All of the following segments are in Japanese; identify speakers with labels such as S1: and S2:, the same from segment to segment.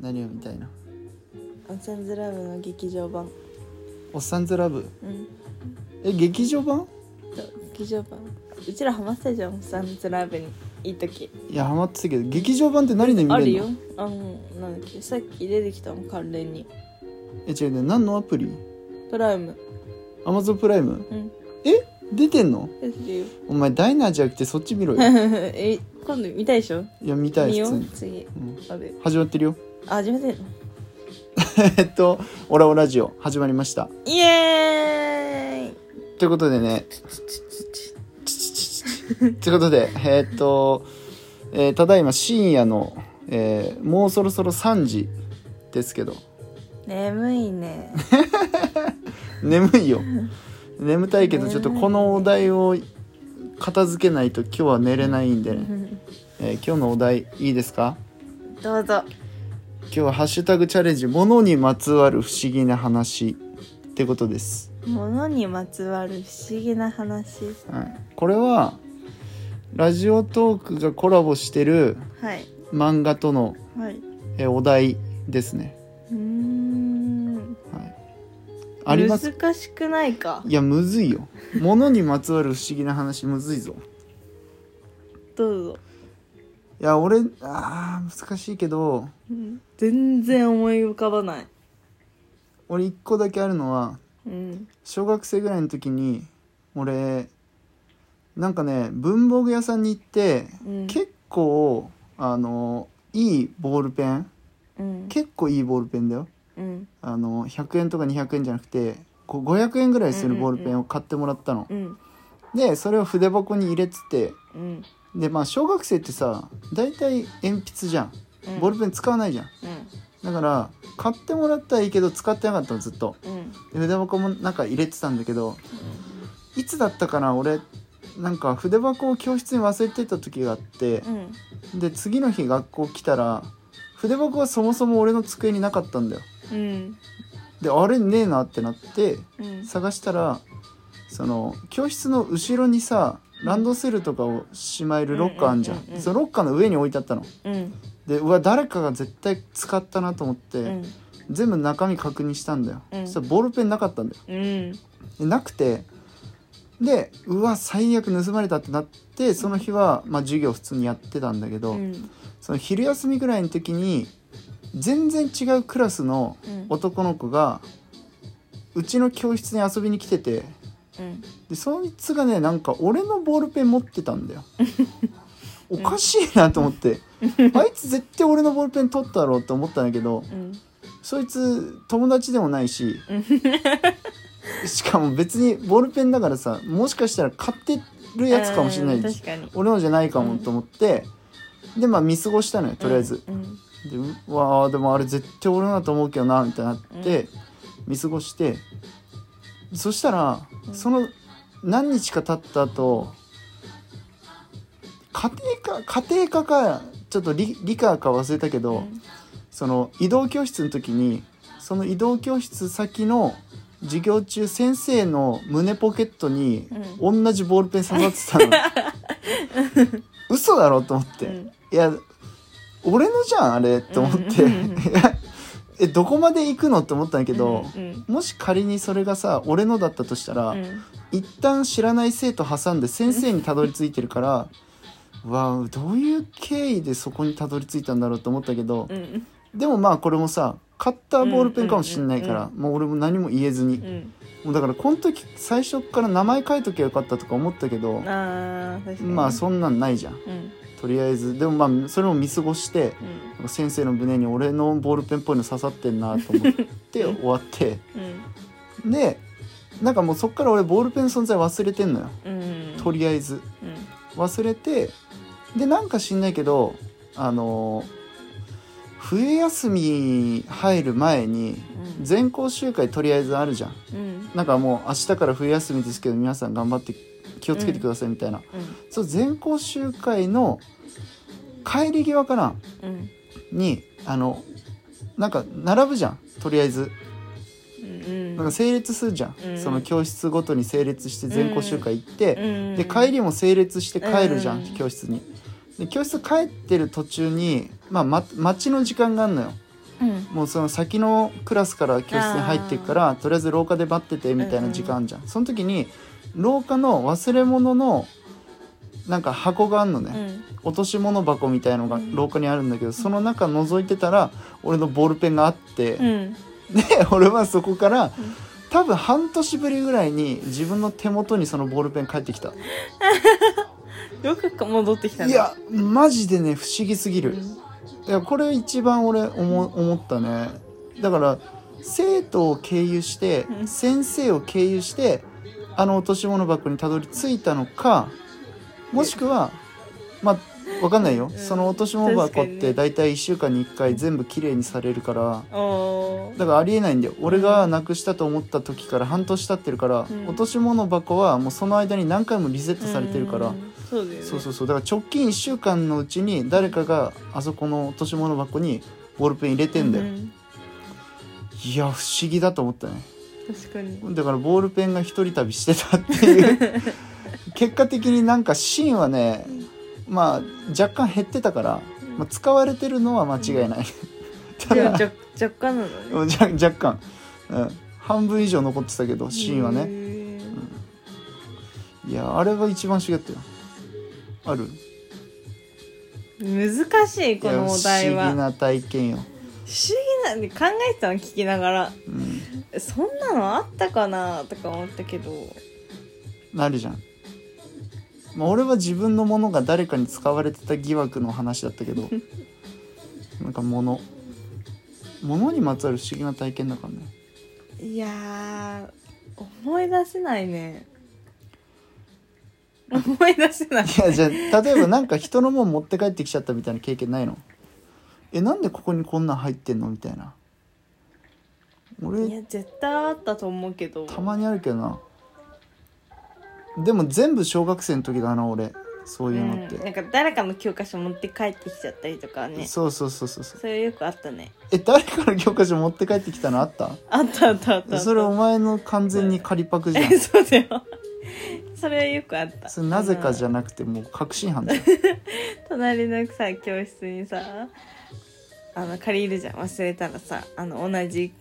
S1: 何を見たいの
S2: オッサンズラブの劇場版
S1: 「おっさんずラブ
S2: うん」
S1: え劇場版
S2: 劇場版うちらハマってたじゃんオッサンズラブにいい時
S1: いやハマってたけど劇場版って何で見
S2: あ
S1: れ
S2: る
S1: る
S2: よ
S1: の
S2: あのなんだっけさっき出てきたもん関連に
S1: え違うね何のアプリ
S2: プライム
S1: アマゾンプライム
S2: うん
S1: え出てんの
S2: 出てるよ
S1: お前ダイナーじゃなくてそっち見ろよ
S2: え今度見たいでしょ
S1: いや見たい
S2: 見
S1: 普
S2: よ
S1: 通
S2: う
S1: に、
S2: 次
S1: うん、
S2: あれ
S1: 始まってるよ
S2: あ始めてんの
S1: えっと「オラオラジオ」始まりました
S2: イエーイ
S1: ということでねということで、えーっと、えーただいま深夜の、えーもうそろそろ3時ですけど、
S2: 眠いね
S1: 眠いよ。眠たいけど、ちょっとこのお題を片付けないと今日は寝れないんでね。えー今日のお題いいですか
S2: どうぞ
S1: 今日はハッシュタグチャレンジ、物にまつわる不思議な話ってことです。
S2: 物にまつわる不思議な話
S1: はい、これは、ラジオトークがコラボしてる
S2: はい
S1: 漫画との、
S2: はい
S1: えーお題ですね。
S2: うーん
S1: はい、あります
S2: 難しくないか
S1: いやむずいよ物にまつわる不思議な話むずいぞ
S2: どうぞ、
S1: いや俺あー難しいけど
S2: うん、全然思い浮かばない
S1: 俺一個だけあるのは
S2: うん
S1: 小学生ぐらいの時に俺なんかね文房具屋さんに行って、
S2: うん
S1: 結構あのいいボールペン
S2: うん
S1: 結構いいボールペンだよ
S2: うん
S1: あの100円とか200円じゃなくてこう500円ぐらいするボールペンを買ってもらったの、
S2: うん
S1: でそれを筆箱に入れてて
S2: うん
S1: でまあ小学生ってさ大体鉛筆じゃん
S2: うん
S1: ボールペン使わないじゃん、
S2: うん
S1: だから買ってもらったらいいけど使ってなかったのずっと
S2: うん
S1: で筆箱もなんか入れてたんだけどいつだったかな俺なんか筆箱を教室に忘れてた時があって
S2: うん
S1: で次の日学校来たら筆箱はそもそも俺の机になかったんだよ
S2: うん
S1: であれねえなってなって
S2: うん
S1: 探したらその教室の後ろにさランドセルとかをしまえるロッカーあんじゃ
S2: うんうんうんうんん
S1: そのロッカーの上に置いてあったの
S2: うん
S1: でうわ誰かが絶対使ったなと思って、
S2: うん
S1: 全部中身確認したんだよ、
S2: うん
S1: そしたらボールペンなかったんだよ
S2: うん
S1: でなくてでうわ最悪盗まれたってなってその日は、まあ、授業普通にやってたんだけど、
S2: うん
S1: その昼休みぐらいの時に全然違うクラスの
S2: うん
S1: 男の子がうちの教室に遊びに来てて
S2: うん
S1: でそいつがねなんか俺のボールペン持ってたん だよおかしいなと思ってあいつ絶対俺のボールペン取ったろうって思ったんだけど
S2: うん
S1: そいつ友達でもないししかも別にボールペンだからさもしかしたら買ってるやつかもしれな
S2: うん
S1: いし
S2: 確かに
S1: 俺のじゃないかもと思って、でまあ見過ごしたのよとりあえず、
S2: うん
S1: でうわーでもあれ絶対俺のだと思うけどなみたいになって、見過ごしてそしたら、
S2: うん
S1: その何日か経った後家庭科家庭科かちょっと理理科か忘れたけ
S2: う
S1: ど、
S2: ん
S1: その移動教室の時にその移動教室先の授業中先生の胸ポケットに同じボールペン刺さってた の嘘だろと思って、
S2: うん
S1: いや俺のじゃんあれと思って、
S2: うんうんう ん
S1: いやえどこまで行くのって思ったんだけど、
S2: うん
S1: もし仮にそれがさ俺のだったとしたら、
S2: うん
S1: 一旦知らない生徒挟んで先生にたどり着いてるから、うわどういう経緯でそこにたどり着いたんだろうと思ったけど、
S2: うん
S1: でもまあこれもさ買ったボールペンかもしんないから、もう俺も何も言えずに、
S2: うん
S1: もうだからこの時最初から名前書いときゃよかったとか思ったけど
S2: あー確かに
S1: まあそんなんないじゃん
S2: うん
S1: とりあえずでもまあそれも見過ごして
S2: うん
S1: 先生の胸に俺のボールペンっぽいの刺さってんなと思って 終わって
S2: うん
S1: でなんかもうそっから俺ボールペンの存在忘れてんのよ
S2: うん
S1: とりあえず
S2: うん
S1: 忘れてでなんか知んないけどあの冬休み入る前に
S2: うん
S1: 全校集会とりあえずあるじゃん
S2: うん
S1: なんかもう明日から冬休みですけど皆さん頑張って気をつけてくださいみたいな、そう全校集会の帰り際かな
S2: うんうん
S1: にあのなんか並ぶじゃんとりあえず
S2: うん
S1: なんか整列するじゃん、
S2: うん
S1: その教室ごとに整列して全校集会行って、
S2: うん
S1: で帰りも整列して帰るじゃん、
S2: うん
S1: 教室にで教室帰ってる途中に、まあ、ま待ちの時間があんのよ
S2: うん
S1: もうその先のクラスから教室に入っていくからとりあえず廊下で待っててみたいな時間あんじゃん、その時に廊下の忘れ物のなんか箱があんのね、
S2: うん
S1: 落とし物箱みたいのが
S2: うん
S1: 廊下にあるんだけどその中覗いてたら俺のボールペンがあって、
S2: うん
S1: で俺はそこから多分半年ぶりぐらいに自分の手元にそのボールペン返ってきた
S2: よく戻ってきた
S1: い
S2: ね
S1: やマジでね不思議すぎ
S2: う
S1: る、
S2: ん
S1: いやこれ一番俺思思ったねだから生徒を経由して、
S2: うん
S1: 先生を経由してあの落とし物箱にたどり着いたのかもしくはまあわかんないよ、
S2: うん
S1: その落とし物
S2: 確か
S1: 箱っ
S2: にね
S1: て大体1週間に1回全部きれいにされるから
S2: おー
S1: だからありえないんだよ俺がなくしたと思った時から半年経ってるから、
S2: うん
S1: 落とし物箱はもうその間に何回もリセットされてるから、
S2: うんそうだよね
S1: そうそうそうだから直近1週間のうちに誰かがあそこの落とし物箱にボールペン入れてんだよ、
S2: うん
S1: いや不思議だと思ったね
S2: 確かに
S1: だからボールペンが一人旅してたっていう 結果的になんかシーンはねまあ若干減ってたから、まあ、使われてるのは間違いない、た
S2: で
S1: だ
S2: も若若干なのね
S1: うんじゃ若干、うん、半分以上残ってたけどシーンは
S2: へ
S1: ね
S2: ー
S1: いやあれは一番不思議だったよある
S2: 難しい
S1: い
S2: こ
S1: や不
S2: のお題は
S1: 思議な体験よ、
S2: 不思議な考えてたの聞きながら
S1: うん、
S2: そんなのあったかなとか思ったけど
S1: なるじゃん、まあ、俺は自分のものが誰かに使われてた疑惑の話だった けどなんか物物にまつわる不思議な体験だからね
S2: いやー思い出せないね思い出せない
S1: いやじゃあ例えばなんか人のもん持って帰ってきちゃったみたいな経験ないのえなんでここにこんなん入ってんのみたいない俺
S2: や絶対あったと思うけど
S1: たまにあるけどなでも全部小学生の時だな俺そういうのって、
S2: うん、なんか誰かの教科書持って帰ってきちゃったりとかねそ
S1: そうそうそうそうそう
S2: れよくあったね
S1: え誰かの教科書持って帰ってきたのあった
S2: あったあったあったあった
S1: それお前の完全に仮パクじゃ
S2: え
S1: ん
S2: そうだよそれよくあった
S1: それなぜかじ
S2: ゃ
S1: ゃなくてもう確信犯だ よ
S2: 隣のさ教室にさあの借りるじゃん忘れたらさあの同じ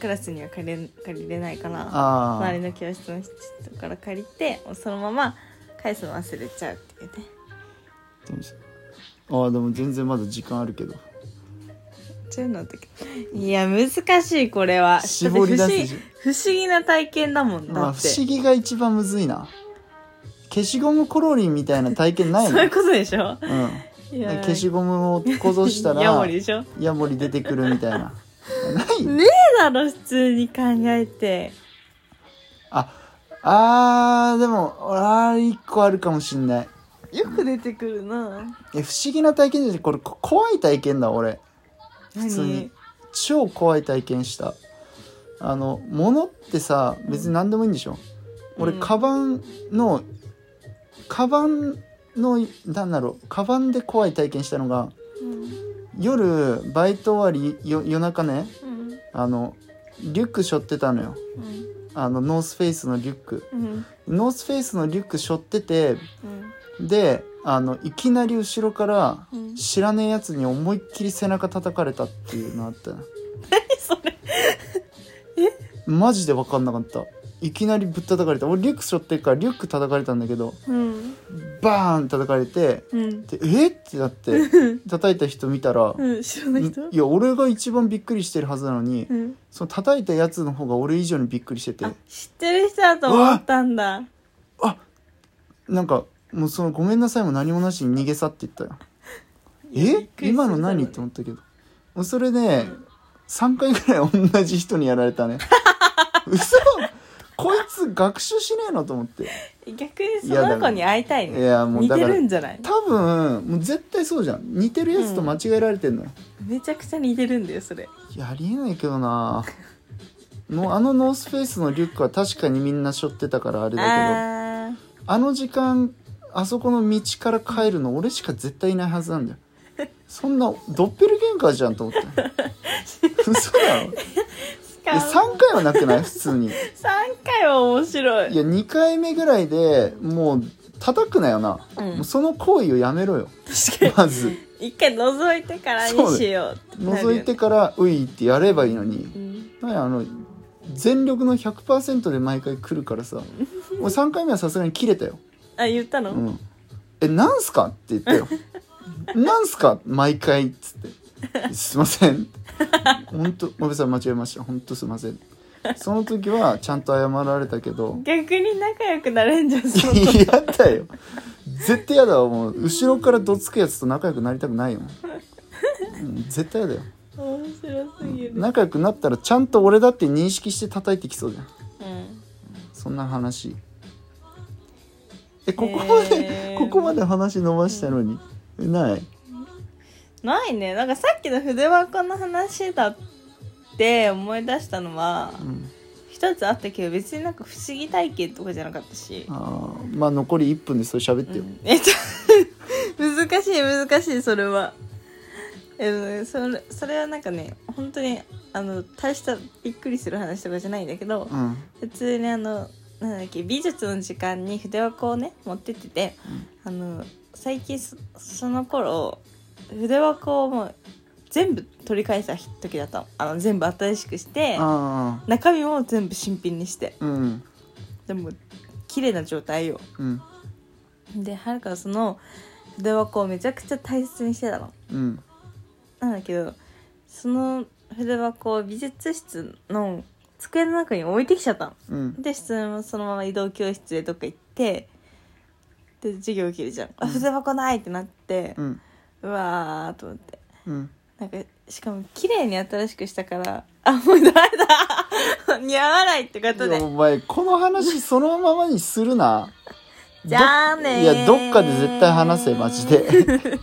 S2: クラスには借りれ借りれないから
S1: あ
S2: 隣
S1: あ
S2: の教室の人から借りてそのまま返すの忘れちゃうっていうね
S1: ああでも全然まだ時間あるけど
S2: そういうのだけどいや難しいこれは
S1: 絞り出す
S2: だって不思議不思議な体験だもん
S1: ま
S2: だ
S1: あ
S2: っ
S1: 不
S2: て、
S1: 思議が一番むずいな消しゴムコロリンみたいな体験ない
S2: そう
S1: の
S2: いうことでしょ
S1: うん
S2: いや
S1: 消しゴムをこぞしたら
S2: ヤモリでしょ
S1: ヤモリ出てくるみたいなない、
S2: ねえだろ普通に考えて
S1: ああーでもあー一個あるかもしんない
S2: よく出てくるな
S1: え不思議な体験じゃないこれこ怖い体験だ俺
S2: 何
S1: 普通に超怖い体験したあの物ってさ別に何でもいいんでしょ、
S2: うん
S1: 俺カバンのカバンのなんだろうカバンで怖い体験したのが
S2: うん
S1: 夜バイト終わりよ夜中ね
S2: うん
S1: あのリュック背負ってたのよ
S2: うん
S1: あのノースフェイスのリュック
S2: うん
S1: ノースフェイスのリュック背負ってて
S2: うん
S1: であのいきなり後ろから
S2: うん
S1: 知らねえやつに思いっきり背中叩かれたっていうのあったな
S2: それ
S1: マジで分かんなかったいきなりぶったたかれた俺リュック背負ってるからリュック叩かれたんだけど
S2: うん
S1: バーン叩かれて
S2: うん
S1: でえってな って叩いた人見たら、
S2: うん知らない人
S1: いや俺が一番びっくりしてるはずなのに、
S2: うん
S1: その叩いたやつの方が俺以上にびっくりしてて
S2: あ知ってる人だと思ったんだ
S1: なんかもうその「ごめんなさい」も何もなしに逃げ去っていったよ
S2: いやび
S1: え
S2: っくりする
S1: 今の何って思ったけどもうそれね、3回ぐらい同じ人にやられ たね嘘こいつ学習しねえのと思って
S2: 逆にその子に会いたい
S1: い
S2: ね
S1: やもう
S2: 似
S1: だ
S2: て
S1: から
S2: るんじゃない
S1: 多分もう絶対そうじゃん似てるやつと間違えられてんのよ、
S2: めちゃくちゃ似てるんだよそれ
S1: いやありえないけどなのあのノースフェイスのリュックは確かにみんな背負ってたからあれだけどあ
S2: あー
S1: の時間あそこの道から帰るの俺しか絶対いないはずなんだよそんなドッペルゲンカーじゃんと 思って嘘だろい
S2: しか
S1: や
S2: も
S1: 3回はなくない普通にい
S2: 三回は面白い
S1: や2回目ぐらいでもう叩くなよな、
S2: うん
S1: もうその行為をやめろよ
S2: 確かに
S1: まず
S2: 一回覗いてからにしようってなるよね
S1: 覗いてから「うい」ってやればいいのに
S2: うん
S1: なんやあの全力の100%で毎回来るからさ俺3回目はさすがに切れたよ
S2: あ言っ
S1: 「
S2: たの、
S1: うん、えなんすか?」って言ったよ 「なんすか毎回」っつって「すいません」本当もべさん間違えました本当すいません」その時はちゃんと謝られたけ ど
S2: 逆に仲良くなれん じゃんその子
S1: 嫌だよ絶対嫌だわもう後ろからどつくやつと仲良くなりたくないよ、うん、絶対嫌だよ
S2: 面白すぎる、うん
S1: 仲良くなったらちゃんと俺だって認識して叩いてきそうじゃんそんな話えここまで、
S2: えー
S1: ここまで話伸ばしたのに、えない
S2: ないねなんかさっきの筆箱の話だって思い出したのは
S1: うん、
S2: 一つあったけど別になんか不思議体験とかじゃなかったし、
S1: あーまあ残り1分でそれ喋っ
S2: う
S1: てよ、
S2: んえっと 難しい難しいそれはえそれそれはなんかね本当にあの大したびっくりする話とかじゃないんだけど、
S1: うんうん
S2: 普通にあのなんだっけ美術の時間に筆箱をね持ってってて、あの最近そその頃筆箱をもう全部取り返した時だったのあの全部新しくして
S1: あ
S2: 中身も全部新品にして
S1: あうん
S2: でも綺麗な状態よ
S1: うん
S2: ではるかはその筆箱をめちゃくちゃ大切にしてたの
S1: うん
S2: なんだけどその筆箱を美術室の机の中に置いてきちゃったの
S1: うん
S2: で普通にそのまま移動教室でどっか行ってで授業受けるじゃん、あ
S1: うん
S2: 筆箱ないってなって
S1: う、ん
S2: うわーと思って
S1: うん
S2: なんかしかも綺麗に新しくしたからあもうダメだ 似合わないってこと
S1: いや
S2: で
S1: お前この話そのままにするな
S2: じゃあねー
S1: どいやどっかで絶対話せマジで